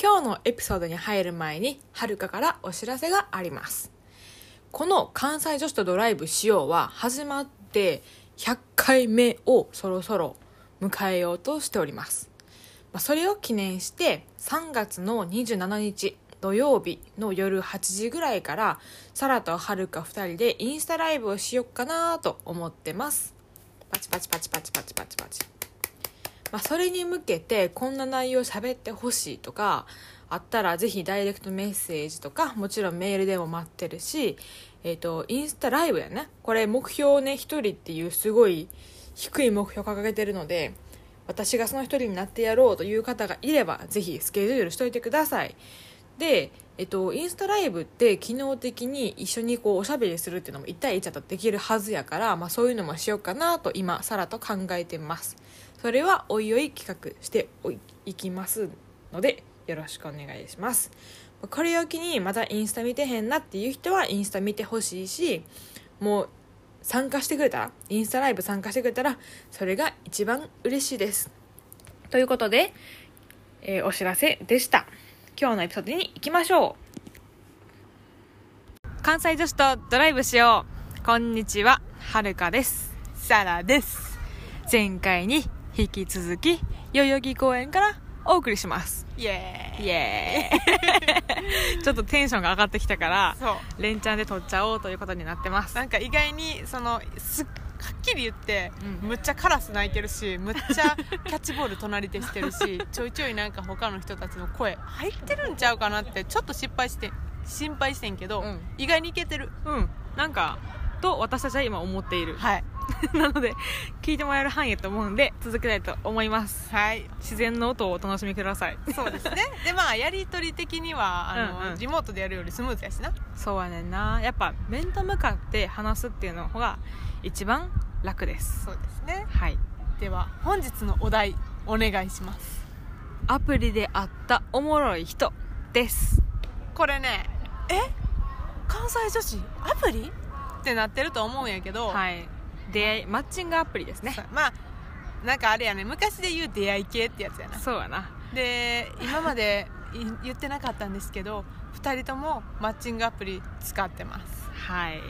今日のエピソードに入る前にはるかからお知らせがありますこの「関西女子とドライブしよう」は始まって100回目をそろそろ迎えようとしておりますまあそれを記念して3月の27日土曜日の夜8時ぐらいからサラとはるか2人でインスタライブをしよっかなと思ってますパチパチパチパチパチパチパチまあ、それに向けてこんな内容喋ってほしいとかあったらぜひダイレクトメッセージとかもちろんメールでも待ってるし、えっとインスタライブだよねこれ目標をね1人っていうすごい低い目標掲げてるので私がその1人になってやろうという方がいればぜひスケジュールしといてくださいで、えっと、インスタライブって機能的に一緒にこうおしゃべりするっていうのも1対1だったらできるはずやから、まあ、そういうのもしようかなと今サラと考えてますそれはおいおい企画しておいいきますのでよろしくお願いしますこれを機にまたインスタ見てへんなっていう人はインスタ見てほしいしもう参加してくれたらインスタライブ参加してくれたらそれが一番嬉しいですということで、えーお知らせでした今日のエピソードに行きましょう関西女子とドライブしようこんにちははるかですさらです前回に引き続き代々木公園からお送りしますイエーイイエーイ ちょっとテンションが上がってきたからそう連チャンで撮っちゃおうということになってますなんか意外にそのすっはっきり言って、うんむっちゃカラス鳴いてるしむっちゃキャッチボール隣でしてるし ちょいちょいなんか他の人たちの声入ってるんちゃうかなってちょっと失敗して心配してんけど、うん意外にいけてるうんなんかと私たちは今思っている はいなので聞いてもらえる範囲だと思うんで続けたいと思いますはい自然の音をお楽しみくださいそうですねでまあやり取り的にはあの、うんうんリモートでやるよりスムーズやしなそうやねんなやっぱ面と向かって話すっていうのが一番楽ですそうですねはいでは本日のお題お願いしますアプリで会ったおもろい人ですこれねえ関西女子アプリってなってると思うんやけど、はい出会いマッチングアプリですねそうまあなんかあれやね昔で言う出会い系ってやつやなそうやなで今までい言ってなかったんですけど2人ともマッチングアプリ使ってますはい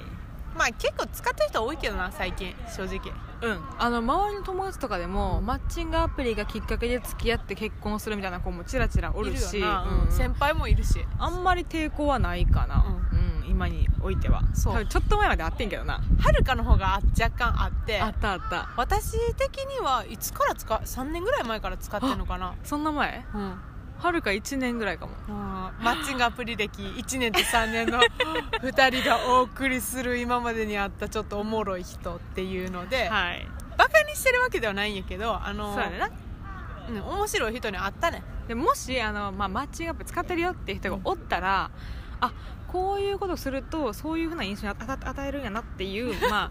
まあ結構使ってる人多いけどな最近正直うんあの周りの友達とかでもマッチングアプリがきっかけで付き合って結婚するみたいな子もちらちらおるしいるよな、うんうん先輩もいるしあんまり抵抗はないかな、うん今においてはそう多分ちょっと前まであってんけどなはるかの方が若干あってあったあった私的にはいつから使う3年ぐらい前から使ってるのかなそんな前うんはるか1年ぐらいかもマッチングアプリ歴1年と3年 の2人がお送りする今までにあったちょっとおもろい人っていうので、はいバカにしてるわけではないんやけどあのそうやねなうん面白い人に会ったねでもしあの、まあ、マッチングアプリ使ってるよっていう人がおったら、あこういうことするとそういうふうな印象に与与えるんやなって いうまあ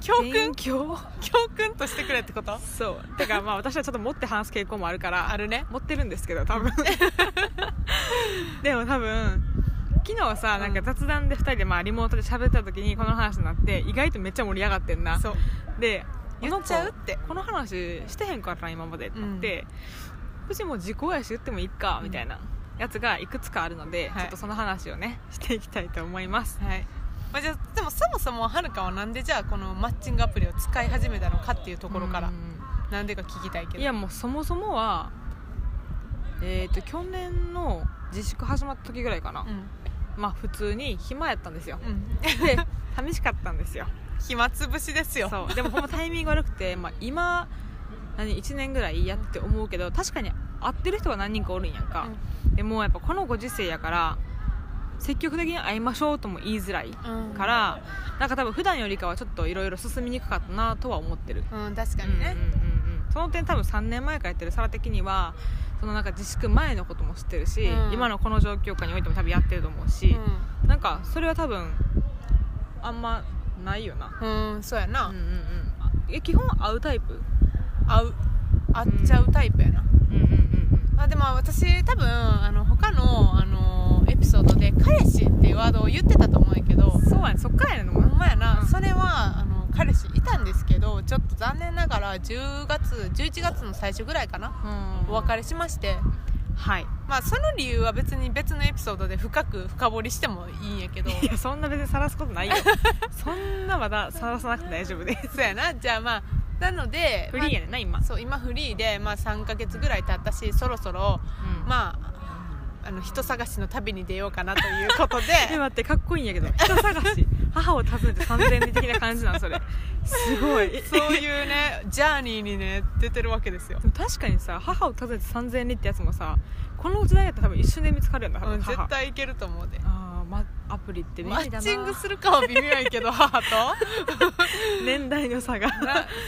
教訓勉強教訓としてくれってことそうだからまあ私はちょっと持って話す傾向もあるからあるね持ってるんですけど 多分でも多分昨日さなんか雑談で2人でまあリモートで喋った時にこの話になって意外とめっちゃ盛り上がってんなそうで言っちゃうってこの話してへんからな今までってなって、別にもう時効やし言ってもいいかみたいなやつがいくつかあるので、はいちょっとその話をねしていきたいと思いますはい、まあ、じゃあでもそもそもはるかはなんでじゃあこのマッチングアプリを使い始めたのかっていうところからうんなんでか聞きたいけどいやもうそもそもはえっ、と去年の自粛始まった時ぐらいかな、うんまあ普通に暇やったんです ようんで寂しかったんですよ暇つぶしですよそうでもほんまタイミング悪くて、まあ、今何1年ぐらいやって思うけど確かに会ってる人は何人かおるんやんか、でもうやっぱこのご時世やから積極的に会いましょうとも言いづらいうんから、なんか多分普段よりかはちょっといろいろ進みにくかったなとは思ってるうん確かにうね、んうんうんうんその点多分3年前からやってるサラ的にはそのなんか自粛前のことも知ってるし、うん今のこの状況下においても多分やってると思うし、なんかそれは多分あんまないよなうん、うん、そうやな、うんうんうんあえ基本会うタイプ会う会っちゃうタイプやな、うんうんうんあでも私多分あの他のあのエピソードで「彼氏」っていうワードを言ってたと思うんやけどそうやねそっからやねんほもんまやな、うんそれはあの彼氏いたんですけどちょっと残念ながら10月11月の最初ぐらいかなお別れれしましてはいまあその理由は別に別のエピソードで深く深掘りしてもいいんや けどいやそんな別にさらすことないよ そんなまださらさなくて大丈夫ですそうやなじゃあまあなのでフリーやねんな今まあ、そう今フリーで、まあ、3ヶ月ぐらい経ったしそろそろうんまああの人探しの旅に出ようかなということ でえ待ってかっこいいんやけど人探し母を訪ねて3000年的な感じなんそれすごいそういうねジャーニーにね出てるわけですよでも確かにさ母を訪ねて3000人ってやつもさこの時代やったら多分一瞬で見つかるよな多分う ん母絶対いけると思うでああ、ま、アプリって便利マだなッチングするかは微妙やけど母と年代の 差がな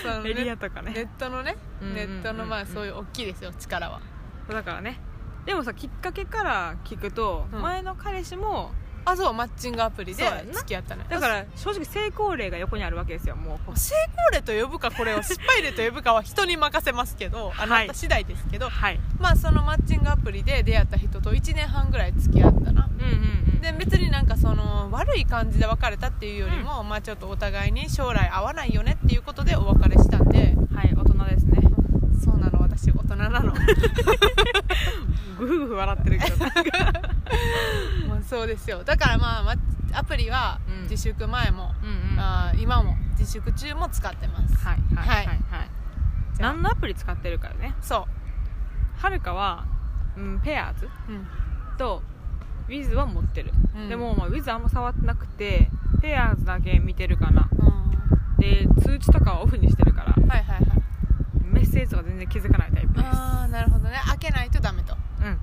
そのエリねアとかネねットのねうんうんうんネうんットのまあそういう大きいですよ力はだからねでもさきっかけから聞くと、うん前の彼氏もあそうマッチングアプリでそうやな付き合ったねだから正直成功例が横にあるわけですよもう成功例と呼ぶかこれを失敗例と呼ぶかは人に任せますけど、あなた次第ですけどはいまあそのマッチングアプリで出会った人と1年半ぐらい付き合ったなうんうんうんで別になんかその悪い感じで別れたっていうよりも、まあちょっとお互いに将来合わないよねっていうことでお別れしたんではい大人ですねそうなの私大人なのもグフグフ笑ってるけど うそうですよだからまあマッチアプリはうん自粛前も、 うんうんはあー今も自粛中も使ってますいはいははいいはいじゃあ何のアプリ使ってるからねそはるかは、うん、ペアーズう、うん、と Wiz は持ってる、うんでも、まあ、Wiz あんま触ってなくてペアーズだけ見てるかなはで通知とかはオフにしてるからいはいはいメッセージとか全然気づかないタイプですああなるほどね開けないとダメと、うんうん、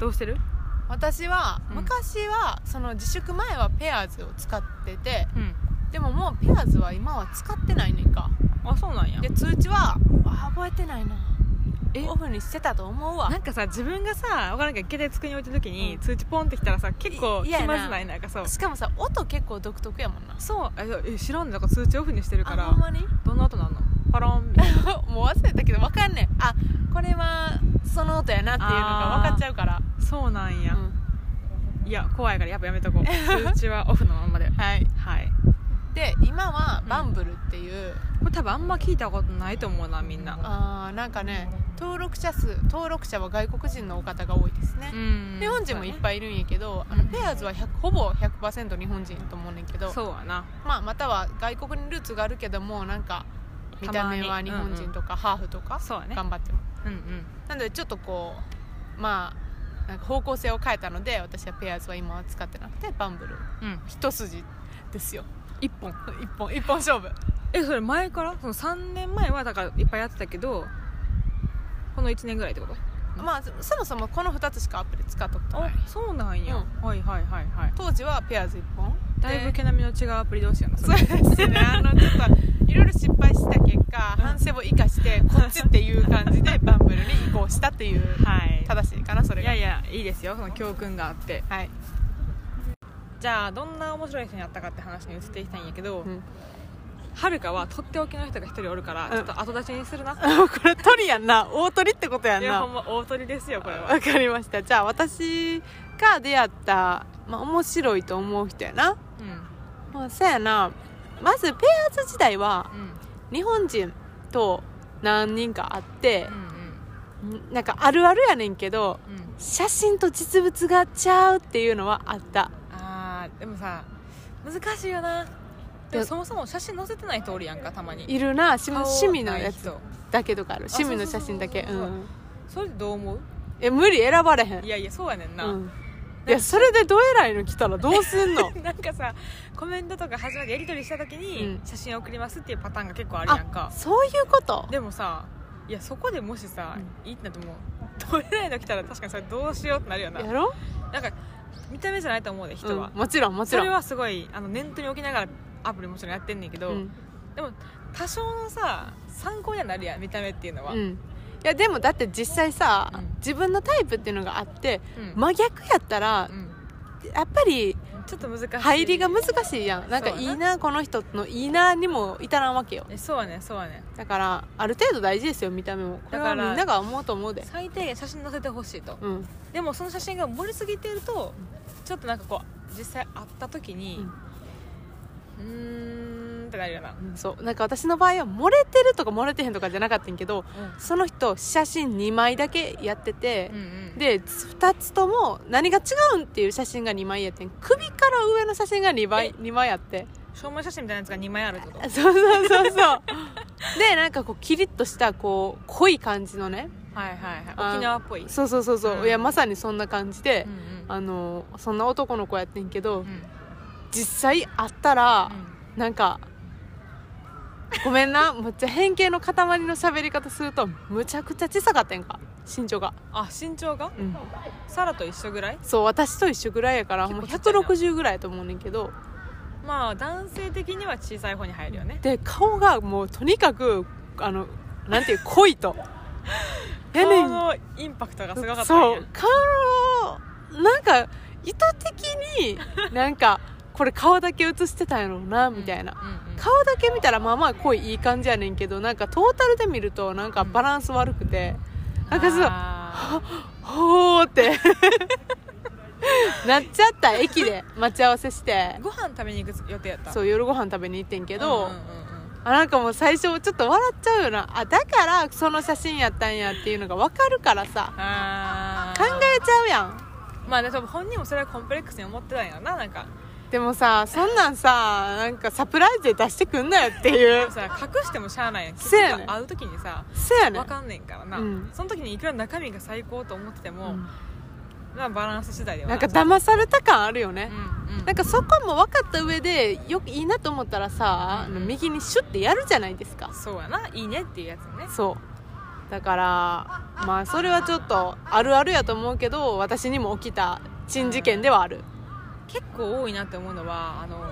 どうしてる私はうん昔は、その自粛前はペアーズを使っててうんでももうペアーズは今は使ってないねんかあそうなんやで通知はあ覚えてないなえオフにしてたと思うわなんかさ自分がさ分からんけど携帯机に置いた時に、うん通知ポンってきたらさ結構い気嫌やなまずないなんかそうしかもさ音結構独特やもんなそうええ知らんなんか通知オフにしてるかあほらんまにどんな音なんのパロンみたい な もう忘れたけど分かんねんあこれはその音やなっていうのが分かっちゃうから、そうなんや、うんいや怖いからやっぱやめとこう 通知はオフのまんまではいはいで今はバンブルっていう、これ多分あんま聞いたことないと思うなみんなあーなんかね登録者数登録者は外国人のお方が多いですね、ん日本人もいっいぱいいるんやけど、あのペアーズは100ほぼ100%日本人やと思うねんけど、そうやなまあ、または外国にルーツがあるけどもなんか見た目は日本人とかハーフとかそうやね頑張っても、うんうんなのでちょっとこうまあなんか方向性を変えたので私はペアーズは今は使ってなくてバンブルうん一筋ですよ一本一本一本勝負えそれ前からその3年前はだからいっぱいやってたけどこの1年ぐらいってこと まあそもそもこの2つしかアプリ使ったことなあいそうなんや、はいはいはいはい当時はペアーズ一本だいぶで毛並みの違うアプリ同士やなそそうれですねあのちょっといろいろ失敗した結果反省を生かしてこっちっていう感じ でバンブルに移行したっていうはい正しいかなそれいがやいやいいですよその教訓があってはい、じゃあどんな面白い人に会ったかって話に移っていきたいんやけど、ん はるかはとっておきの人が一人おるから、うんちょっと後出しにするなこれ鳥やんな大鳥ってことやいやほんま大鳥ですよこれはわかりましたじゃあ私が出会った、まあ、面白いと思う人やなうまあそやなまずペアーズ時代はんうん日本人と何人か会ってう、んなんかあるあるやねんけどうんうん写真と実物がちゃうっていうのはあったあーでもさ難しいよなでもそもそも写真載せてない人おるやんかたまにいるなし顔趣味のやつない人だけとかある趣味の写真だけそうそうそうそううんそれでどう思うえ無理選ばれへんいやいやそうやねんな、うんいやそれでどえらいの来たらどうす んのなんかさコメントとか始まってやり取りした時に、うん写真を送りますっていうパターンが結構あるやんあかそういうことでもさいやそこでもしさ、いいってなってもう撮れないの来たら確かにそれどうしようってなるよなやろなんか見た目じゃないと思うで人は、うんもちろんもちそろれんはすごいあの念頭に置きながらアプリもちろんやってんねんけど、うん多少のさ参考にはなるやん見た目っていうのは、うんいやでもだって実際さうん自分のタイプっていうのがあってうん真逆やったらうんやっぱりちょっと難しい入りが難しいやんなんかそういやないなこの人のいいなにも至らんわけよえそうやねそうやねだからある程度大事ですよ見た目もこれはだからみんなが思うと思うで最低限写真載せてほしいとうんでもその写真が盛りすぎてるとちょっとなんかこう実際会った時にうーんンってなるよな、そうなんか私の場合は漏れてるとか漏れてへんとかじゃなかったんやけどうんその人写真2枚だけやってて、うん、で2つとも何が違うんっていう写真が2枚やってん首から上の写真が2枚 ,2 枚あって証明写真みたいなやつが2枚あるってこと そうそうそうそうでなんかこうキリッとしたこう濃い感じのねはいはいあはい沖縄っぽいそうそうそうそう、うんいやまさにそんな感じでう、んあのそんな男の子やってんけうんど、うん実際会ったら、なんかごめんなむっちゃ変形の塊の喋り方するとむちゃくちゃ小さかったんか身長が、あ身長がうん、サラと一緒ぐらいそう私と一緒ぐらいやからもう結構ちっちゃいな160ぐらいやと思うねんけどまあ男性的には小さい方に入るよねで顔がもうとにかくあのなんていう濃 いとやね顔んのインパクトがすごかったんやそう顔のなんか意図的にな んかこれ顔だけ映してたんやろうなみたいな、うんうん顔だけ見たらまあまあ濃いいい感じやねんけどなんかトータルで見るとなんかバランス悪くて、なんかそうあほーって なっちゃった駅で待ち合わせしてーご飯食べに行く予定やったそうう夜ご飯食べに行ってんけけど、んうんうんあなんかもう最初ちょっと笑っちゃうよなあだからその写真やったんやっていうのが分かるからさあ考ーえちゃうやんまあね多分本人もそれはコンプレックスに思ってたんやろななんかでもさそんなんさなんかサプライズで出してくんなよっていでうもさ隠してもしゃあないやんそうやね結ん局会う時にさそうやねんわかんねんからな、うんその時にいくら中身が最高と思ってても、うんまあバランス次第ではなんか騙された感あるよね、うんうんなんかそこも分かった上でよくいいなと思ったらさ、あの右にシュッてやるじゃないですかそうやないいねっていうやつねそうだからまあそれはちょっとあるあるやと思うけど私にも起きた珍事件ではある結構多いなって思うのはあの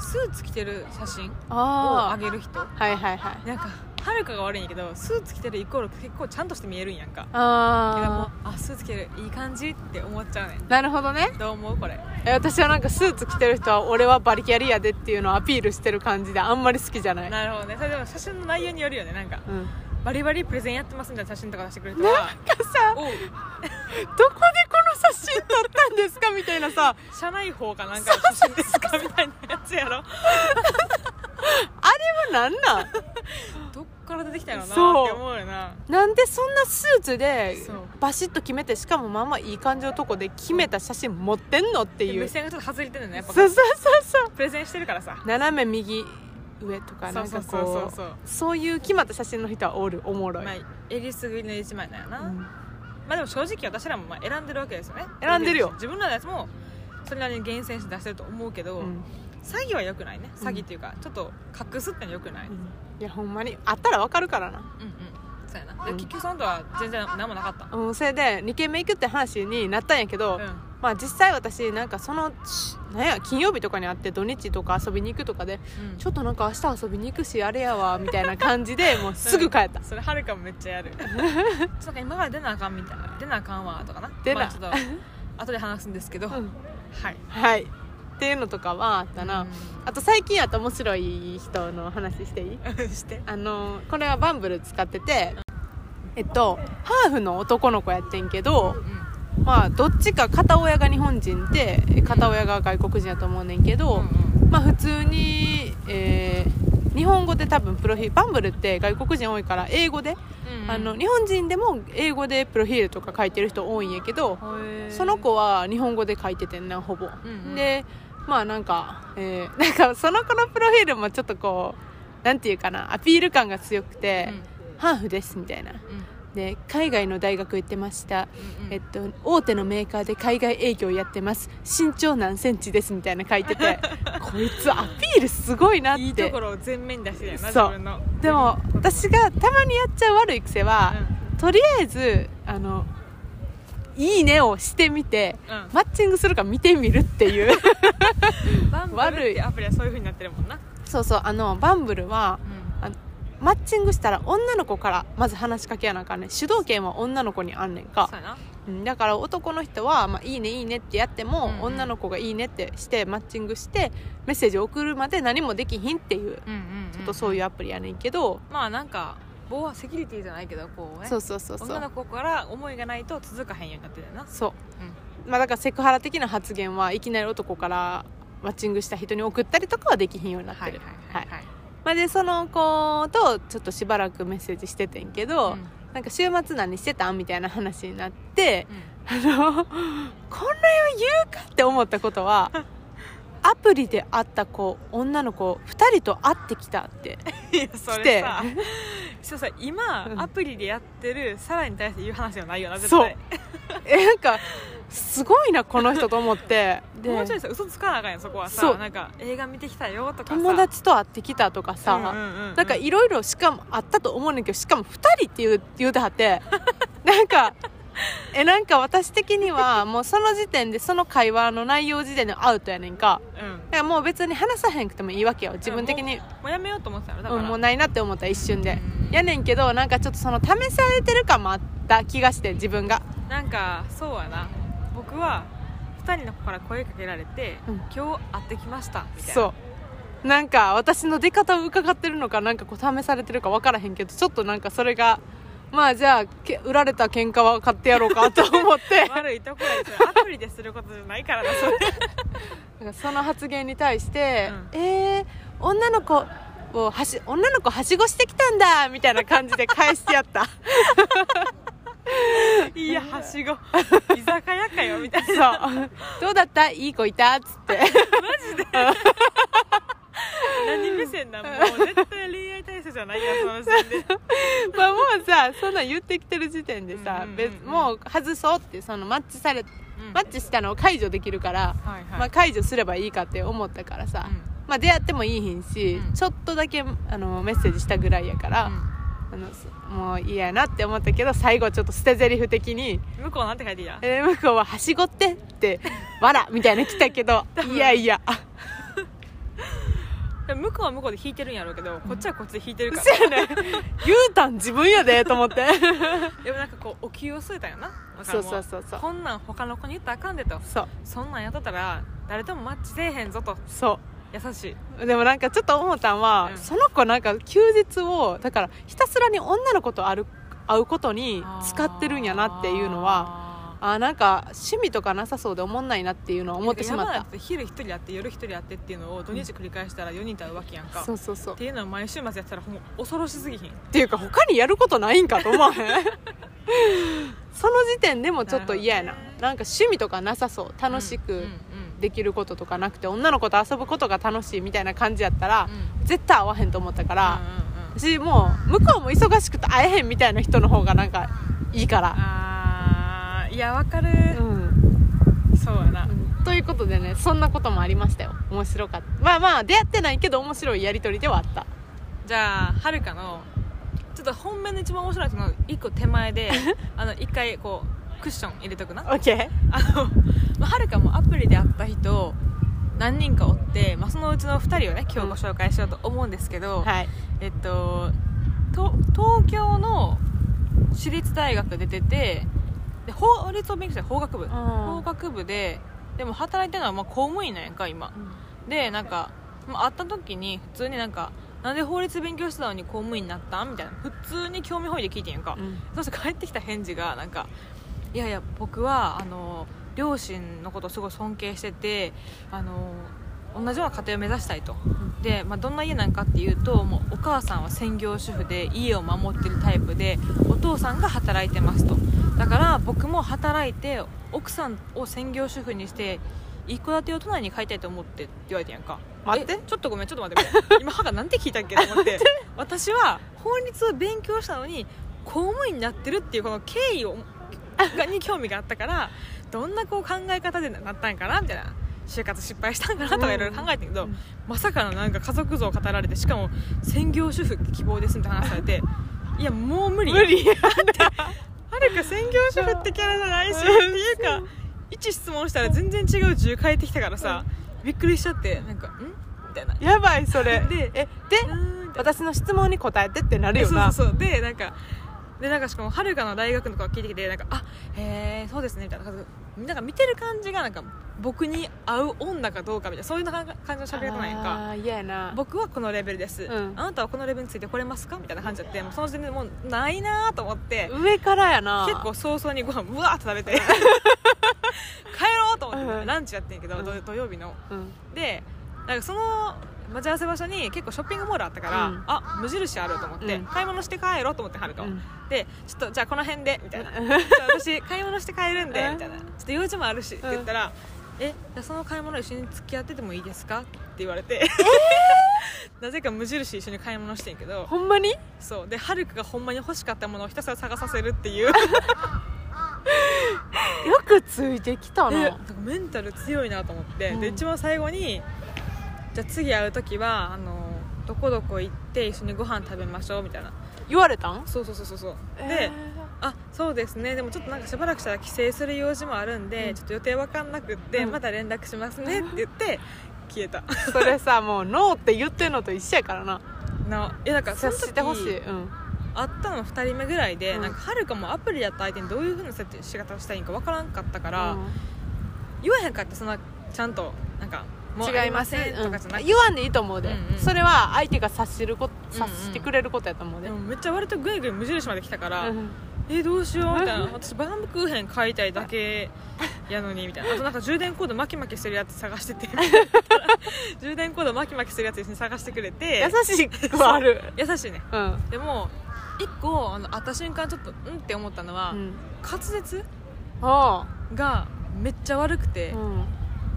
スーツ着てる写真をああげる人あはいはいはいなんかはるかが悪いんやけどスーツ着てるイコール結構ちゃんとして見えるんやんかだからもうああスーツ着てるいい感じって思っちゃうねんあなるほどねどう思うこれえ私はなんかスーツ着てる人は俺はバリキャリやでっていうのをアピールしてる感じであんまり好きじゃないなるほどねそれでも写真の内容によるよねなんかうん、バリバリプレゼンやってますみたいな写真とか出してくれたらなんかさおうどこでこの写真撮ったんですかみたいなさ社内法かなんかの写真ですかみたいなやつやろなんなん どっから出てきたのなってそう思うよななんでそんなスーツでそうバシッと決めてしかもまあまあいい感じのとこで決めた写真持ってんのってでいう目そう線がちょっと外れてるのねやっぱそうそうそうプレゼンしてるからさ斜め右上とかなんかそうそうそこうそうそううそういう決まった写真の人はおるおもろい、まあえりすぐりの一枚なんやな、うんまあでも正直私らもまあ選んでるわけですよね選んでるよ自分らのやつもそれなりに厳選して出してると思うけど、うん詐欺は良くないねうん詐欺っていうか、ちょっと隠すってのは良くない、うん、うんいやほんまにあったらわかるからなそうやな、うでん結局その後は全然何もなかったうんそれで2軒目行くって話になったんやけど、うんまあ実際私なんかそのしなんや金曜日とかに会って土日とか遊びに行くとかでうんちょっとなんか明日遊びに行くしあれやわみたいな感じ でもうすぐ帰ったそれはるかもめっちゃや るそうか今から出なあかんみたいな出なあかんわとかな出なまあ、ちょ っと後で話すんですけど、うんはいはいっていうのとかはあったな、あと最近やった面白い人の話していいうん してあのこれはバンブル使っててえっとハーフの男の子やってんけどうんまあどっちか片親が日本人で片親が外国人やと思うねんけうど、んまあ普通に、えー日本語で多分プロフィールバンブルって外国人多いから英語で、うんあの日本人でも英語でプロフィールとか書いてる人多いんやけど、へーその子は日本語で書いててんなほぼ、んうんでまあなんか、えー なんかその子のプロフィールもちょっとこうなんていうかなアピール感が強くうてん、ハーフですみたいなうんで海外の大学行ってました、うんうんえっと、大手のメーカーで海外営業やってます身長何センチですみたいな書いて てこいつアピールすごいなっていいところを全面に出してたよなそう自分のでも私がたまにやっちゃう悪い癖は、とりあえずあの「いいね」をしてみて、うんマッチングするか見てみるっていう バンブルってアプリはそういう風になってるもんなそうそうあのバンブルはあのマッチングしたら女の子からまず話しかけやなあかんねん主導権は女の子にあんねんかそうやなうんだから男の人は「まあ、いいねいいね」ってやっても、うんうん女の子が「いいね」ってしてマッチングしてメッセージを送るまで何もできひんっていううんうんちょっとそういうアプリやねんけど、まあなんか棒はセキュリティじゃないけどこうねそうそうそうそう女の子から思いがないと続かへんようになってるよなそう、まあだからセクハラ的な発言はいきなり男からマッチングした人に送ったりとかはできひんようになってる、はいはいはいはいまあ、でその子とちょっとしばらくメッセージしててんけど、うんなんか週末何してたんみたいな話になって、あのこんなよ言うかって思ったことはアプリで会った子女の子2人と会ってきたっていや それさ来そうさ今、うんアプリでやってるサラに対して言う話ではないよな絶そう対えなんかすごいなこの人と思ってでもうちょいさ嘘つかなあかんやんそこはそさうなんか映画見てきたよとかさ友達と会ってきたとかさ、なんかいいろいろしかもあったと思うねんけどしかも2人って言う言うてはって なんかえなんか私的にはもうその時点でその会話の内容時点でアウトやねんかうんだからもう別に話さへんくてもいいわけよ自分的に、もうやめようと思ってたのだかうら、ん、もうないなって思った一瞬で、うんやねんけどなんかちょっとその試されてる感もあった気がして自分がなんかそうやな僕は2人の子から声かけられて、うん今日会ってきましたみたいなそうなんか私の出方を伺ってるのかなんかこう試されてるか分からへんけどちょっとなんかそれがまあじゃあけ売られた喧嘩は買ってやろう かと思って悪いとこやそれアプリですることじゃないからなそ れなんかその発言に対して「うえー、女の子をはし女の子はしごしてきたんだ」みたいな感じで返してやった いやは しご居酒屋かよみたいなそう「どうだったいい子いた」っつって何目線なんもう絶対恋愛対象じゃないやその時点で まあもうさそんなん言ってきてる時点でさ、うんうんうんうん別もう外そうってそのマッチされマッチしたのを解除できるから、はいはい、まあ、解除すればいいかって思ったからさ、うんまあ、出会ってもいいひんし、うんちょっとだけあのメッセージしたぐらいやから、あのすもう嫌やなって思ったけど最後ちょっと捨て台詞的にうん向こうなんて書いていた「えー向こうははしごって」 って「わら」みたいなの来たけどいやいやあでも向こうは向こうで弾いてるんやろうけど、こっちはこっちで弾いてるからそうやね言うたん自分やでと思って でもなんかこうお給を据えたよなだかそらうもそうそうそうこんなん他の子に言ったらあかんでとそうそんなんやっとったら誰ともマッチせえへんぞとそう優しいでもなんかちょっと思ったんは、うんその子なんか休日をだからひたすらに女の子と歩会うことに使ってるんやなっていうのははあーなんか趣味とかなさそうで思んないなっていうのは思ってしまったて昼一人やって夜一人やってっていうのを土日繰り返したら4人と会うわけやんか、そっうそうそうっていうのを毎週末やってたらもう恐ろしすぎひんていうか他にやることないんかと思わへん その時点でもちょっと嫌やななるほどねなんか趣味とかなさそう楽しうんくうんできることとかなくて女の子と遊ぶことが楽しいみたいな感じやったらうんうん絶対会わへんと思ったから、うんうん私もう向こうも忙しくて会えへんみたいな人の方がなんかいいから、あーいやわかる、うん、そうやな、ということでねそんなこともありましたよ面白かったまあまあ出会ってないけど面白いやり取りではあったじゃあはるかのちょっと本面の一番面白いのは一個手前 であの一回こうクッション入れとくな OK? あの、まあ、はるかもアプリで会った人何人かおって、まあ、そのうちの2人をね今日ご紹介しようと思うんですけど、はいえっとと東京の私立大学出ててで法律を勉強してる法学部法学部ででも働いてるのはまあ公務員なんやんか今でなんかまあ会った時に普通になんかなんで法律勉強してたのに公務員になったんみたいな普通に興味本位で聞いてんやんか、うんそして帰ってきた返事がなんか「いやいや僕はあの両親のことをすごい尊敬しててあの同じような家庭を目指したいと」で、まあ、どんな家なんかっていうともうお母さんは専業主婦で家を守ってるタイプでお父さんが働いてますとだから僕も働いて奥さんを専業主婦にして一戸建てを都内に買いたいと思ってって言われてんやんか待ってえちょっとごめんちょっと待ってみたいな今歯がなんて聞いたっけと思 って私は法律を勉強したのに公務員になってるっていうこの経緯をがに興味があったからどんなこう考え方でなったんかなみたいな就活失敗したんかなとかいろいろ考えてんけど、うんまさかのなんか家族像を語られてしかも専業主婦希望ですみたいな話され ていやもう無理無理やはるか専業主婦ってキャラじゃないしっていうか一質問したら全然違う銃変えてきたからさびっくりしちゃってなんか「ん?」みたいなやばいそれで えで「うーん」みたいな私の質問に答えてってなるよなそうそうそうでなんかでなんかしかもはるかの大学の子が聞いてきてなんか「あへえそうですね」みたいな感じなんか見てる感じがなんか僕に合う女かどうかみたいなそういう感じの喋り方なんやんかあー嫌やな僕はこのレベルです、んあなたはこのレベルについてこれますかみたいな感じやってもうその時点でもうないなと思って上からやな結構早々にご飯うわーって食べて帰ろうと思って、うんランチやってんけど、うん土土曜日のうんでなんかその待ち合わせ場所に結構ショッピングモールあったから、うんあ無印あると思って、うん買い物して帰ろうと思ってはると、うんでちょっとじゃあこの辺でみたいなちょっと私買い物して帰るんでみたいなちょっと用事もあるしって言ったら「えじゃあその買い物一緒に付き合っててもいいですか?」って言われて、 なぜか無印一緒に買い物してんけどほんまにそうではるかがほんまに欲しかったものをひたすら探させるっていうよくついてきたねなんなかメンタル強いなと思って、でうん一番最後にじゃあ次会う時はあのどこどこ行って一緒にご飯食べましょうみたいな言われたんそうそうそうそうそうえであそうですねでもちょっとなんかしばらくしたら帰省する用事もあるんで、うんちょっと予定わかんなくって、うんまた連絡しますねって言って消えたーそれさもうノーって言ってんのと一緒やから ななえなんかその時察してほしい、うん、会ったの2人目ぐらいで、うんなんかはるかもアプリやった相手にどういうふうな設定仕方したらいいんかわからんかったから、うん言わへんかったそんなちゃんとなんか「もうあ違りいませんとかじゃなうくて、ん言わんでいいと思うで、うんうんそれは相手が察してるこうんうん察してくれることやと思うで、でもめっちゃ割とぐいぐい無印まで来たから、うんえどうしようみたいな私バームクーヘン買いたいだけやのにみたいなあとなんか充電コード巻き巻きしてるやつ探してて 充電コード巻き巻きしてるやつ一緒に探してくれて優しくはある優しいねうん、でも一個あの会った瞬間ちょっとうんって思ったのは、うん、滑舌あがめっちゃ悪くて、あうん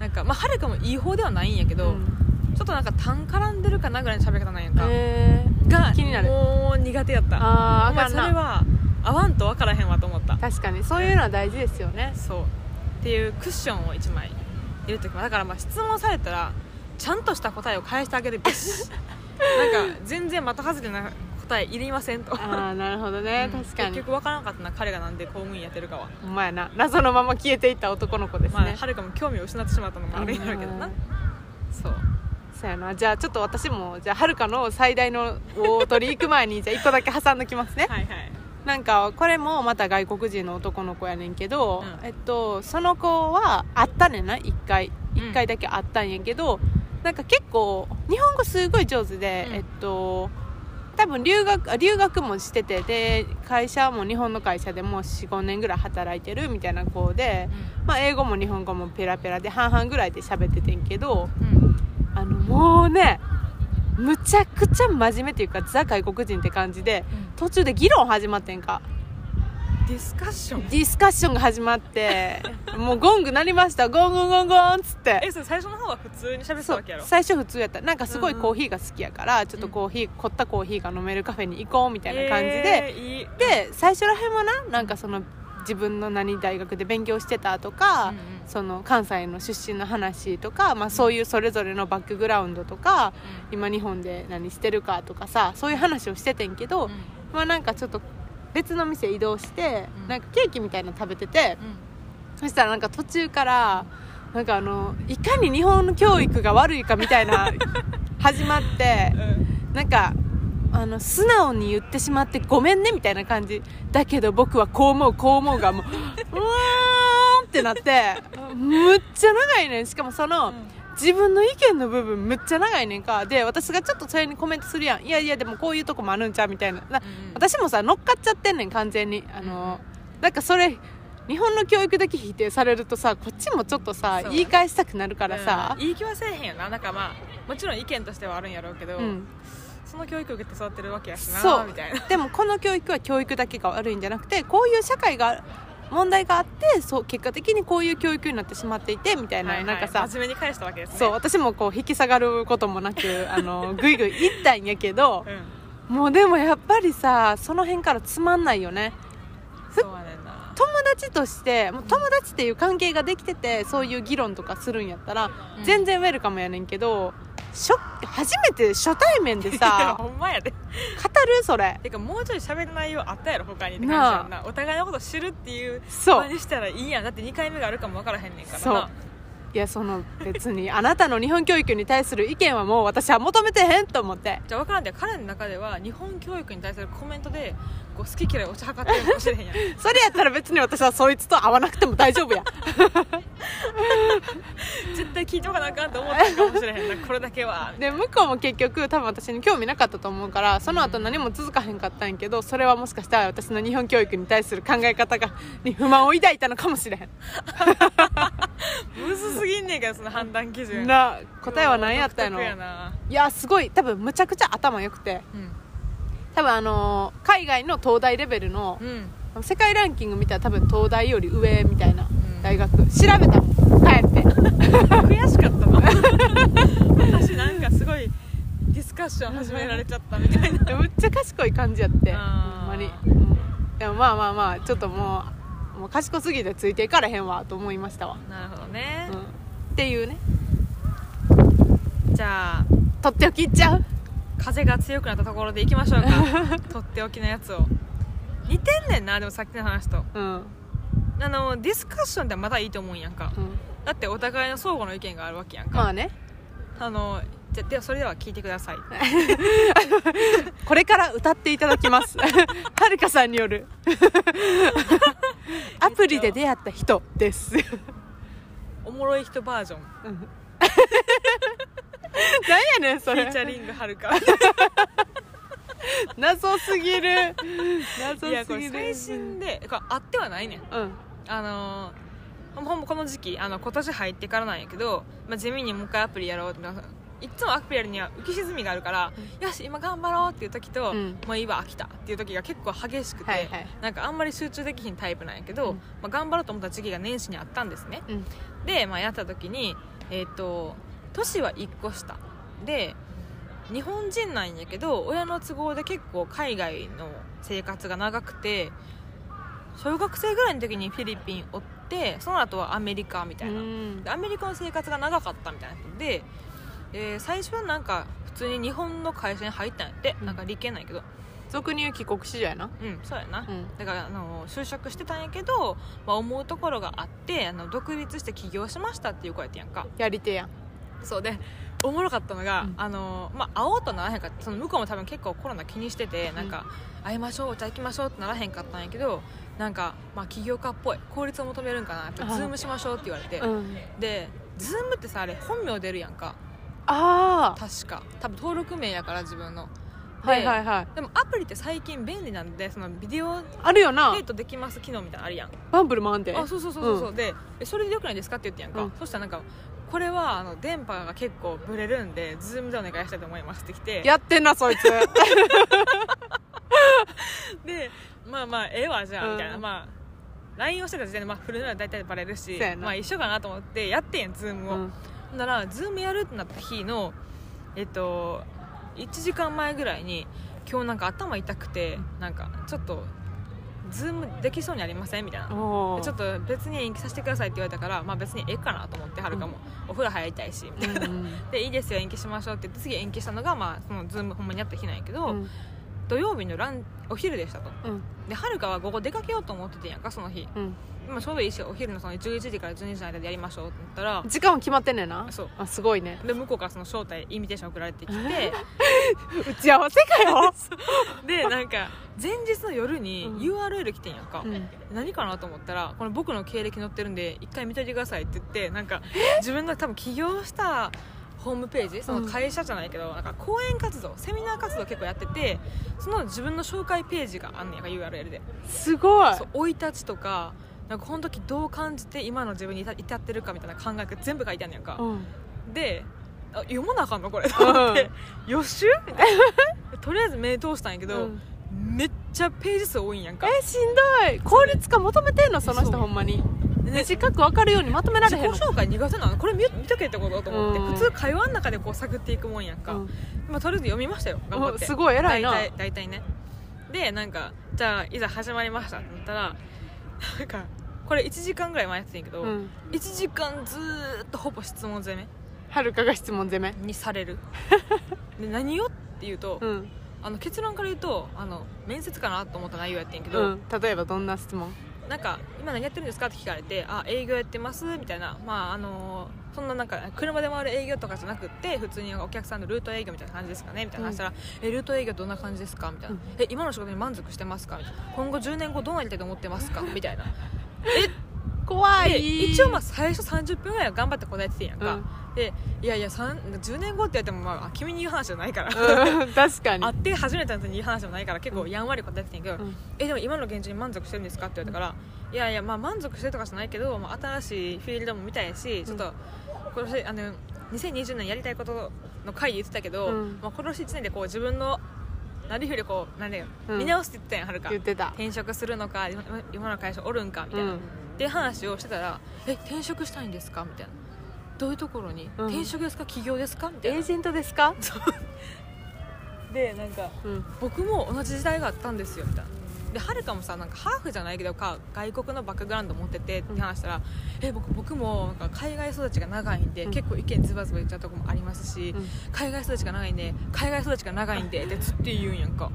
なんかまあはるかもいい方ではないんやけど、うんちょっとなんか痰絡んでるかなぐらいの喋り方なんやんか、えーが気になるもう苦手やったあーあお前かんそなれは合わんと分からへんわと思った確かにそういうのは大事ですよねそうっていうクッションを1枚入れときますだからまあ質問されたらちゃんとした答えを返してあげるべ しなんか全然的外れな答えいりませんとああなるほどね、うん確かに結局分からんかったな彼がなんで公務員やってるかは、ほんまやな謎のまま消えていった男の子ですね、まあはるかも興味を失ってしまったのもあるんやろうけどなうんそうそうやなじゃあちょっと私もじゃあはるかの最大のを取り行く前にじゃあ1個だけ挟んどきますね、はいはいなんかこれもまた外国人の男の子やねんけど、うんえっと、その子はあったねんな1回うん1回だけあったんやけど、なんか結構日本語すごい上手で、うんえっと多分留学あ留学もしててで会社も日本の会社でもう45年ぐらい働いてるみたいな子で、まあ、英語も日本語もペラペラで半々ぐらいで喋っててんけどうんあのもうねむちゃくちゃ真面目っていうかザ外国人って感じで途中で議論始まってんか。ディスカッションディスカッションが始まって もうゴング鳴りましたゴンゴンゴンゴンっつってえそれ最初の方は普通に喋ってたそわうけやろ最初普通やったなんかすごういんうんコーヒーが好きやから、ちょっとコーヒー凝ったコーヒーが飲めるカフェに行こうみたいな感じで、えーいいで最初らへんはななんかその自分の何大学で勉強してたとか、うんうんその関西の出身の話とか、まあ、そういうそれぞれのバックグラウンドとか今日本で何してるかとかさそういう話をしててんけど、うんうんまあなんかちょっと別の店移動して、うんなんかケーキみたいなの食べてて、うんそしたらなんか途中からなんかあのいかに日本の教育が悪いかみたいな始まってうんなんかあの素直に言ってしまってごめんねみたいな感じだけど僕はこう思うこう思うがもう うーんってなってむっちゃ長いねんしかもその、自分の意見の部分むっちゃ長いねんかで私がちょっとそれにコメントするやんいやいやでもこういうとこもあるんちゃうみたいなな私もさ乗っかっちゃってんねん完全にあの、なんかそれ日本の教育だけ否定されるとさこっちもちょっとさ、そう言い返したくなるからうさん、言い気はせえへんよななんかまあもちろん意見としてはあるんやろうけど、うん、その教育を受けて育ってるわけやしなそうみたいなでもこの教育は教育だけが悪いんじゃなくてこういう社会が問題があってそう結果的にこういう教育になってしまっていてみたいな、はいはいなんかさ真面目に返したわけですねそう私もこう引き下がることもなくあ のぐいぐい行ったんやけどうんもうでもやっぱりさその辺からつまんないよねそうやねんな友達としてもう友達っていう関係ができててそういう議論とかするんやったら、全然ウェルカムやねんけど初初めて初対面でいやさ語ほんまやでるそれてかもうちょい喋る内容あったやろ他にって感じやんなお互いのこと知るっていうそ場うにしたらいいやんだって2回目があるかもわからへんねんからなそういやその別にあなたの日本教育に対する意見はもう私は求めてへんと思ってじゃあ分からんで彼の中では日本教育に対するコメントでこう好き嫌いを押し量ってるかもしれへ んやんそれやったら別に私はそいつと会わなくても大丈 夫や絶対聞いとかなあかんと思ってるかもしれへんなこれだけは で向こうも結局多分私に興味なかったと思うからその後何も続かへんかったんやけどそれはもしかしたら私の日本教育に対する考え方がに不満を抱いたのかもしれへんむずすぎんねんけどその判断基準な答えは何やったんや独特やろないやすごい多分むちゃくちゃ頭良くてうん多分あのー海外の東大レベルのうん世界ランキング見たら多分東大より上みたいうなん大学調べたもん帰って悔しかったな私なんかすごいディスカッション始められちゃったみたいなむっちゃ賢い感じやってほんあまーに、うんでもまあまあまあちょっともうもう賢すぎてついていかれへんわと思いましたわ、なるほどうねん、っていうねじゃあとっておきいっちゃう風が強くなったところでいきましょう かとっておきのやつを似てんねんなでもさっきの話とうん、うん、あのディスカッションってまだいいと思うんやんかだってお互いの相互の意見があるわけやんか、まあねあのじゃではそれでは聞いてくださいこれから歌っていただきます はるかさんによ るアプリで出会った人 ですおもろい人バージョンフなんやねんそィれーチャリングはる か謎すぎる謎いやこすれぎる最新でこれあってはないねんうんあのーほんまこの時期あの今年入ってからなんやけど、まあ、地味にもう一回アプリやろうって皆さんいっつもアプリやるには浮き沈みがあるから、よし今頑張ろうっていう時と、うんもう今飽きたっていう時が結構激しくて、はいはいなんかあんまり集中できひんタイプなんやけど、うんまあ、頑張ろうと思った時期が年始にあったんですねうんで、まあ、やった時にえっ、と年は1個下で日本人なんやけど親の都合で結構海外の生活が長くて小学生ぐらいの時にフィリピンおってその後はアメリカみたいなうんでアメリカの生活が長かったみたいなことで、えー最初はなんか普通に日本の会社に入ったんやって、うんなんか理系なんやけど俗に言う帰国子女やなうんそうやな、うんだからあの就職してたんやけど、まあ、思うところがあってあの独立して起業しましたっていう子やってんやんかやり手やんそうでおもろかったのが、うんあのまあ会おうとならへんかったその向こうも多分結構コロナ気にしててなんか、会いましょうお茶行きましょうってならへんかったんやけどなんか、まあ、起業家っぽい効率を求めるんかなってあズームしましょうって言われて、うんでズームってさあれ本名出るやんかあ確か多分登録名やから自分のあはいはいはいでもアプリって最近便利なんでそのビデオデあるよなートできます機能みたいなのあるやんバンブルもあんであそうそうそうそうそううでえそれでよくないですかって言ってやんか、うんそしたらなんかこれはあの電波が結構ブレるんでズームでお願いしたいと思いますってきてやってんなそいつでまあまあええわじゃあ、うんみたいなまあ LINE をしてた時点で、まあ、振るなら大体バレるしそうやなまあ一緒かなと思ってやってんズームを、 うんほんならズームやるってなった日のえっと1時間前ぐらいに今日なんか頭痛くてなんかちょっとズームできそうにありませんみたいなおーちょっと別に延期させてくださいって言われたから、まあ、別にええかなと思ってはるかも、お風呂入りたいしみたいなうんでいいですよ延期しましょうって言って次延期したのが、まあ、そのズームほんまにやった日なんやけど、うん土曜日のランお昼でしたとうんではるかは午後出かけようと思っててんやんかその日うんまあちょうどいいしお昼のその11時から12時の間でやりましょうって言ったら時間は決まってんねんなそうあすごいねで向こうからその招待インビテーション送られてき て打ち合わせかよでなんか前日の夜にうん URL 来てんやんか、うん何かなと思ったらこれ僕の経歴載ってるんで一回見といてくださいって言ってなんか自分の多分起業したホームページその会社じゃないけど、なんか講演活動セミナー活動結構やっててその自分の紹介ページがあんねんやんか URL ですごいそう生い立ちとかなんかこの時どう感じて今の自分に至至ってるかみたいな考えが全部書いてあんねやんか、うんであ読まなあかんのこ れと思って、予習みたいなとりあえず目通したんやけど、うんめっちゃページ数多いんやんかえしんどい効率化求めてんのそのそ人うほんまにね短く分かるようにまとめられ自へ己んの紹介苦手なのこれ見見とけってことと思って、うん普通会話の中でこう探っていくもんやんか、うんまあ、とりあえず読みましたよ頑張ってすごい偉いな大体大体ねでなんかじゃあいざ始まりましたってなったらなんかこれ1時間ぐらい前やってたんやけど、うん1時間ずーっとほぼ質問攻めはるかが質問攻めにさ れるで何よって言うと、うんあの結論から言うとあの面接かなと思った内容やってんけど、うん例えばどんな質問なんか今何やってるんですかって聞かれてあ営業やってますみたいなまああのそんななんか車で回る営業とかじゃなくって普通にお客さんのルート営業みたいな感じですかねみたいな話したら、えルート営業どんな感じですかみたいな、うんえ今の仕事に満足してますかみたいな今後10年後どうなりたいと思ってますかみたいな怖でい一応まあ最初30分ぐらいは頑張って答えててんやんか、うんでいやいやさん10年後って言っても、まああ、君に言う話じゃないからうん 確かに会って初めての時に言う話でもないから結構やんわり答えてたんやけど、うんえでも今の現状に満足してるんですかって言われたから、いやいやまあ満足してるとかじゃないけど、まあ、新しいフィールドも見たいしちょっと今年あの2020年やりたいことの回で言ってたけど、うんまあ、今年1年でこう自分のなりふりをこうなんだよ、うん見直すって言ってたやんはるか言ってた転職するのか今今の会社おるんかみたういな、んって話をしてたら「え転職したいんですか?」みたいな「どういうところに、うん転職ですか起業ですか?」みたエいーなジェントですかでなんかうん僕も同じ時代があったんですよみたいなではるかもさなんかハーフじゃないけどか外国のバックグラウンド持っててって話したら、え僕僕もなんか海外育ちが長いんで、うん結構意見ズバズバ言っちゃうとこもありますし、うん海外育ちが長いんで海外育ちが長いんでってずっと言うんやんかもう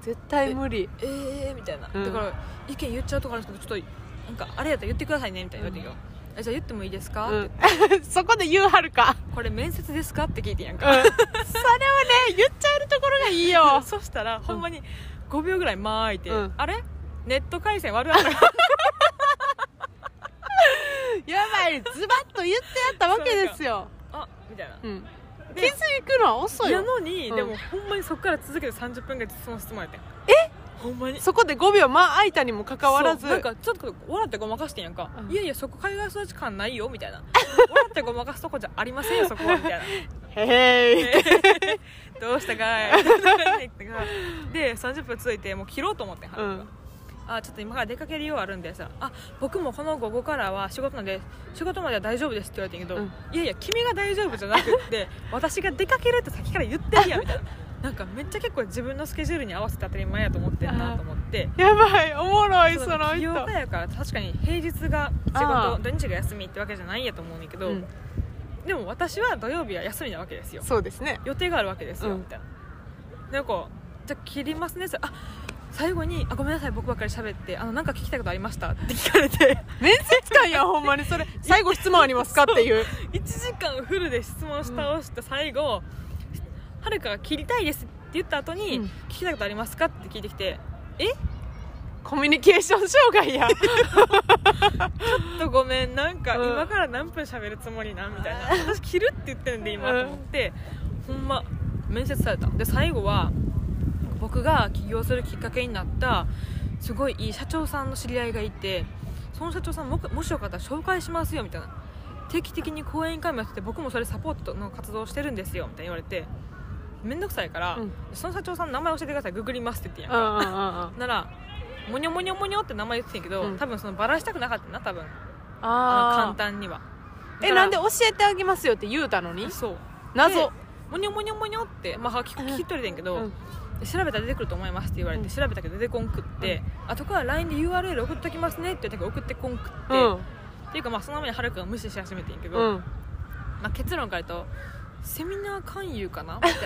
絶対無理えーみたいな、うんだから意見言っちゃうとこあるんですけどちょっとなんかあれやったら言ってくださいねみたいな言われてよ、えじゃあ言ってもいいですか、うっん てそこで言うはるかこれ面接ですかって聞いてんやんうんそれか、はね言っちゃえるところがいい よそしたらほんまに5秒ぐらい間空いて、うんあれネット回線 悪かったやばいズバッと言ってやったわけですよ、あみたいなうん、気でづくのは遅いやよのに、うんでもほんまにそこから続けて30分ぐらいその質問やってんえほんまにそこで5秒間空いたにもかかわらずそうなんかちょっと笑ってごまかしてんやんか、うんいやいやそこ海外育ち感ないよみたいな笑ってごまかすとこじゃありませんよそこはみたいなへえどうしたかいで30分続いてもう切ろうと思ってんう春がんあちょっと今から出かける用あるんでさあ僕もこの午後からは仕事なんで仕事までは大丈夫ですって言われてんけど、うんいやいや君が大丈夫じゃなくって 私が出かけるって先から言ってるやんみたいななんかめっちゃ結構自分のスケジュールに合わせて当たり前やと思ってんなと思ってやばいおもろいそうその起業人家やから確かに平日があ仕ー事土日が休みってわけじゃないんやと思うねんだけど、うんでも私は土曜日は休みなわけですよそうですね予定があるわけですよ、うんみたいななんかじゃあ切りますねってあ最後にあ「ごめんなさい僕ばっかり喋ってあのなんか聞きたいことありました」って聞かれて 面接官やほんまにそれ最後質問ありますかっていう1時間フルで質問し倒して最後はるかが「切りたいです」って言った後に、うん聞きたいことありますか?」って聞いてきてコミュニケーション障害や「ちょっとごめんなんかうん今から何分喋るつもりな」みたいな「私切るって言ってるんで今」うんと思ってほんま面接されたで最後は僕が起業するきっかけになったすごいいい社長さんの知り合いがいてその社長さんももしよかったら紹介しますよみたいな定期的に講演会もやってて僕もそれサポートの活動してるんですよみたいに言われて面倒くさいから、うんその社長さんの名前教えてくださいググりますって言ってんやんうか、んうんうんうんならモニョモニョモニョって名前言ってたんやけど、うん多分そのバラしたくなかったな多分あの簡ああ単にはえなんで教えてあげますよって言うたのにそう謎モニョモニョモニョって、まあ、聞く聞き取れてんけど、うん調べたら出てくると思いますって言われて、うん調べたけど出てこんくって、あとから LINE で URL 送っときますねって言って送ってこんくって、うっんていうかまあその前にはるくんが無視し始めてんけど、うんまあ、結論から言うとセミナー勧誘かなみたいな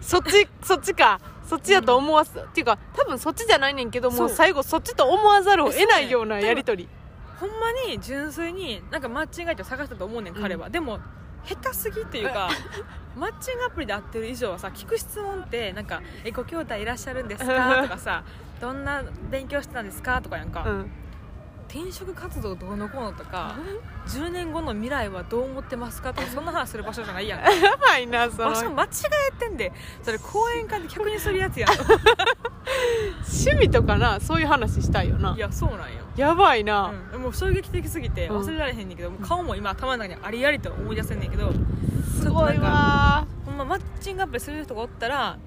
そっ ちそっちかそっちやと思わすっていうか多分そっちじゃないねんけどもそうう最後そっちと思わざるを得ないようなやり取りほんまに純粋になんかマッチング相手を探したと思うねん彼は、でも下手すぎっていうかマッチングアプリで会ってる以上はさ聞く質問ってなんか「えご兄弟いらっしゃるんですか?」とかさ「どんな勉強してたんですか?」とかやんか、うん転職活動どうのこうのとか10年後の未来はどう思ってますかとかそんな話する場所じゃない やんやばいなその場所趣間違えてんでそれ講演会で客にするやつやん 味とかなそういう話したいよないやそうなんよやばいな、うん、もう衝撃的すぎてうん忘れられへんねんけど、もう顔も今頭の中にありありと思い出せんねんけどすごいわほんまマッチングアップリする人がおったら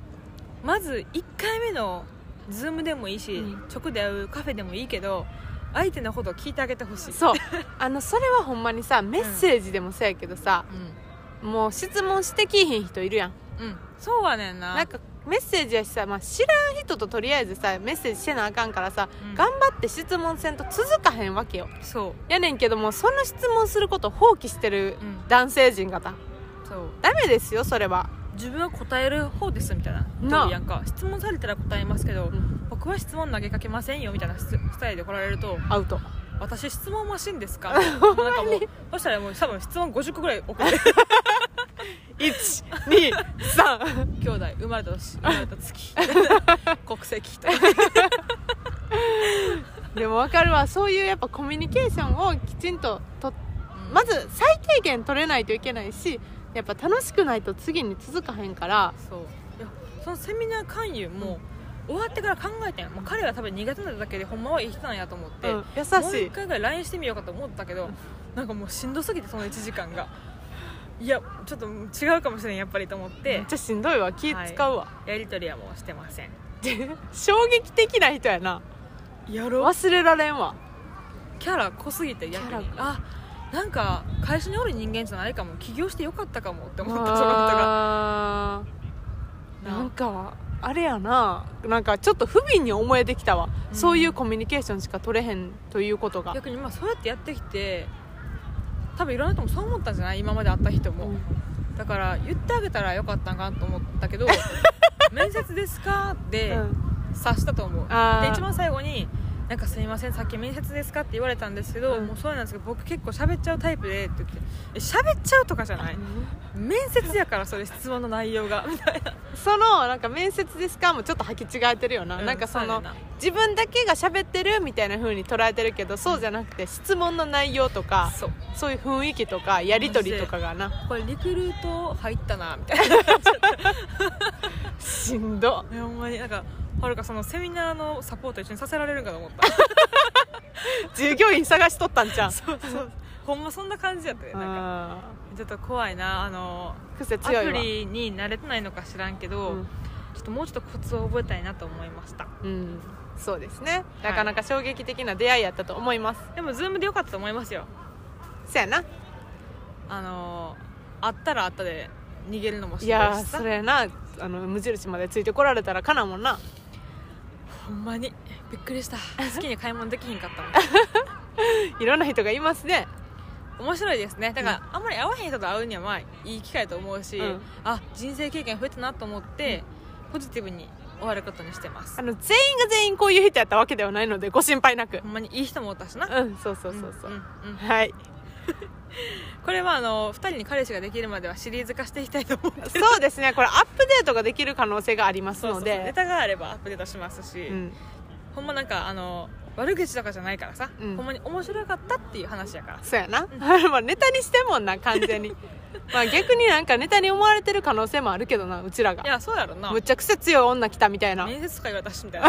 まず1回目のズームでもいいし、うん直で会うカフェでもいいけど相手のことを聞いてあげてほしいそうあのそれはほんまにさメッセージでもそうやけどさ、もう質問してきいひん人いるやんうん、うん、そうはねんななんかメッセージやしさ、まあ、知らん人ととりあえずさメッセージしてなあかんからさ、うん頑張って質問せんと続かへんわけよそやねんけどもその質問することを放棄してるううん男性陣方そうダメですよそれは自分は答える方ですみたいななあやんか質問されたら答えますけど、ん僕は質問投げかけませんよみたいなススタイルで来られるとアウト私質問マシンですかもうなんかもうそしたらもう多分質問50個ぐらい送 れる 123兄弟生まれた年生まれた 月国籍とでも分かるわそういうやっぱコミュニケーションをきちんととまず最低限取れないといけないしやっぱ楽しくないと次に続かへんからそういやそのセミナー勧誘も、終わってから考えたんよ、まあ、彼は多分苦手なだけでほんまは生きたんやと思って、うん優もうし一い回ぐらい LINE してみようかと思ったけどなんかもうしんどすぎてその1時間がいやちょっと違うかもしれんやっぱりと思っめてっちゃしんどいわ気使うわ、やり取りはもうしてませんで衝撃的な人やなやろ忘れられんわキャラ濃すぎて逆にキャあなんか会社におる人間じゃないかも起業してよかったかもって思ったその人があーなんかあれやななんかちょっと不憫に思えてきたわ、うんそういうコミュニケーションしか取れへんということが、逆にまあそうやってやってきて多分いろんな人もそう思ったんじゃない今まで会った人も、うんだから言ってあげたらよかったんかなと思った けど面接ですかでうん察したと思うであー一番最後に「なんかすいませんさっき面接ですか?」って言われたんですけど、うんもうそうなんですけど僕結構喋っちゃうタイプでって言って「え喋っちゃうとかじゃない面接やからそれ質問の内容 が」みたいなそのなんか面接ですかもちょっと履き違えてるよな、なんかその自分だけが喋ってるみたいな風に捉えてるけどそうじゃなくて質問の内容とかそうそういう雰囲気とかやり取りとかがなこれリクルート入ったなみた いなしんどほんまになんかはるかそのセミナーのサポート一緒にさせられるんかと思った従業員探しとったんじゃんそうそう ほんまそんな感じやったねなんかあちょっと怖いなあのー癖ア強いわプリに慣れてないのか知らんけど、うんちょっともうちょっとコツを覚えたいなと思いましたうん、そうですねなかなか衝撃的な出会いやったと思います、でもズームでよかったと思いますよそやなあのあったらあったで逃げるのもしいんどやいーしさそれなあの無印までついてこられたらかなもんなほんまにびっくりした好きに買い物できひんかったもんいろんな人がいますね面白いですねだから、あんまり会わへん人と会うにはまあいい機会と思うし、うんあ人生経験増えたなと思って、ポジティブに終わることにしてますあの全員が全員こういう人やったわけではないのでご心配なくほんまにいい人もおったしなうんそうそうそうそう、んんうん はいこれはあの2人に彼氏ができるまではシリーズ化していきたいと思ってそうですねこれアップデートができる可能性がありますそうそうのそうネでタがあればアップデートしますし、うんほんまなんかあの悪口とかじゃないからさ、うんほんまに面白かったっていう話やからそうやな、 まあネタにしてんもんな完 全にまあ逆になんかネタに思われてる可能性もあるけどなうちらがいやそうやろなむっちゃ癖強い女来たみたいな面接とか言われたしみ たいな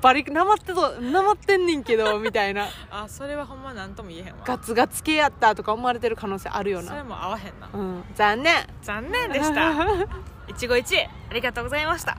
バリなまってとなまってんねんけどみたいな あそれはほんま何とも言えへんわガツガツ系やったとか思われてる可能性あるよそれな、も合わへんなうん、残念 残念でした一期一会ありがとうございました